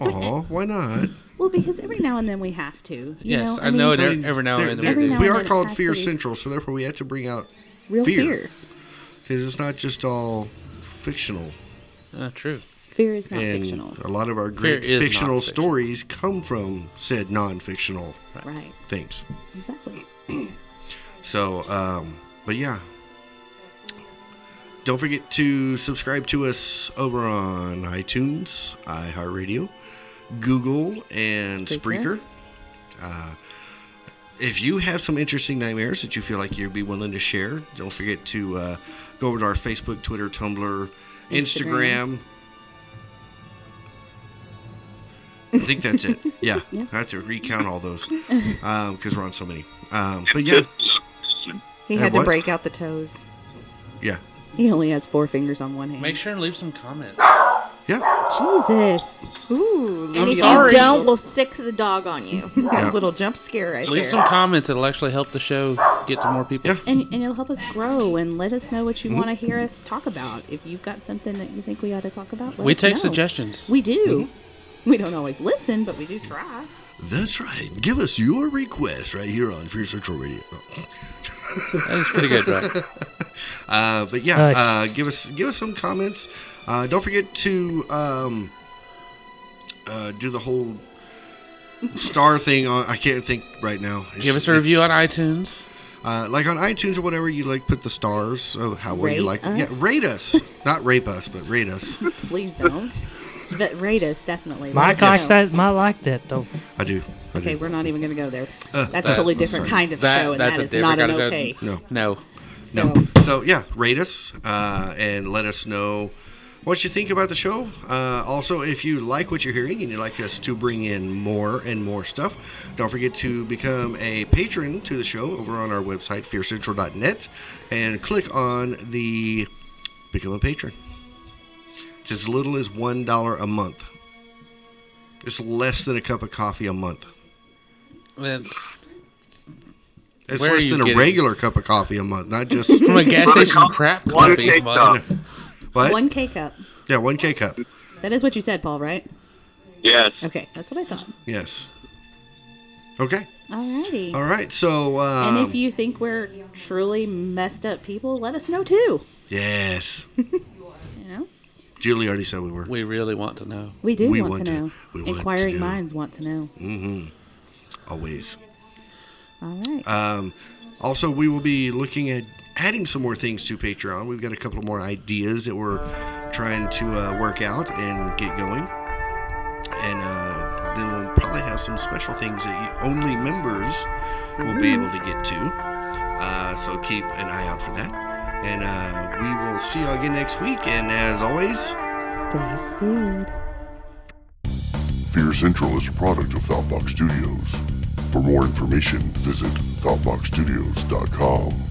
aw, why not? Well, because every now and then we have to. you yes, know? I, know it mean, every, every now There- and there- then. Every we do. now we and are then it called has to Fear be- Central, so therefore we have to bring out real fear. fear. because it's not just all fictional. Uh, true. Fear is not and fictional, a lot of our great Fear is fictional not fictional. stories come from said non-fictional right? things. Exactly. So, um, but yeah. Don't forget to subscribe to us over on iTunes, iHeartRadio, Google, and Spreaker. Spreaker. Uh, if you have some interesting nightmares that you feel like you'd be willing to share, don't forget to uh, go over to our Facebook, Twitter, Tumblr, Instagram. Instagram. I think that's it. Yeah, Yeah. I have to recount all those because we're on so many. Um, but yeah, He Hey, had what? to break out the toes. yeah, He only has four fingers on one hand. Make sure and leave some comments. yeah. Jesus. Ooh, And I'm if sorry. you don't, we'll sick the dog on you. that little jump scare right Leave there. some comments. It'll actually help the show get to more people. Yeah. And, and it'll help us grow and let us know what you Mm-hmm. want to hear us talk about. If you've got something that you think we ought to talk about, let We us take know. suggestions. Mm-hmm. We do. We don't always listen, but we do try. That's right. Give us your request right here on Fear Central Radio. That's pretty good, right? Uh, but yeah, Nice. uh, give us give us some comments. Uh, don't forget to um, uh, do the whole star thing. On, I can't think right now. It's- Give us a it's- review on iTunes. uh, like on iTunes or whatever. You like put the stars of how well you like. Rate Yeah, us? rate us, not rape us, but rate us. Please don't. but rate us definitely. Let Mike us know. like that. Mike like that though. I do. I Okay, do. we're not even going to go there. Uh, That's uh, a totally I'm different sorry. kind of That- show, and that's that a is not an different kind of okay. show. No. No. So So yeah, rate us uh, and let us know what you think about the show. Uh, also, if you like what you're hearing and you'd like us to bring in more and more stuff, don't forget to become a patron to the show over on our website fearcentral.net and click on the become a patron. It's as little as one dollar a month. It's less than a cup of coffee a month. That's It's Where are less you than a getting- regular cup of coffee a month, not just from a gas One station cup- crap one coffee. cake Mike. cup. what? one K cup. yeah, one K cup. That is what you said, Paul. Right? Yes. Okay, that's what I thought. Yes. Okay. Alrighty. All right. So, um, and if you think we're truly messed up people, let us know too. yes, You know, Julie already said we were. We really want to know. we do We want, to know. we want Inquiring to know. minds want to know. Always. All right. Um, also, we will be looking at adding some more things to Patreon. We've got a couple of more ideas that we're trying to uh, work out and get going. And uh, then we'll probably have some special things that you, only members will be able to get to. Uh, so keep an eye out for that. And uh, we will see you again next week. And as always, Stay scared. Fear Central is a product of Thoughtbox Studios. For more information, visit thoughtboxstudios.com.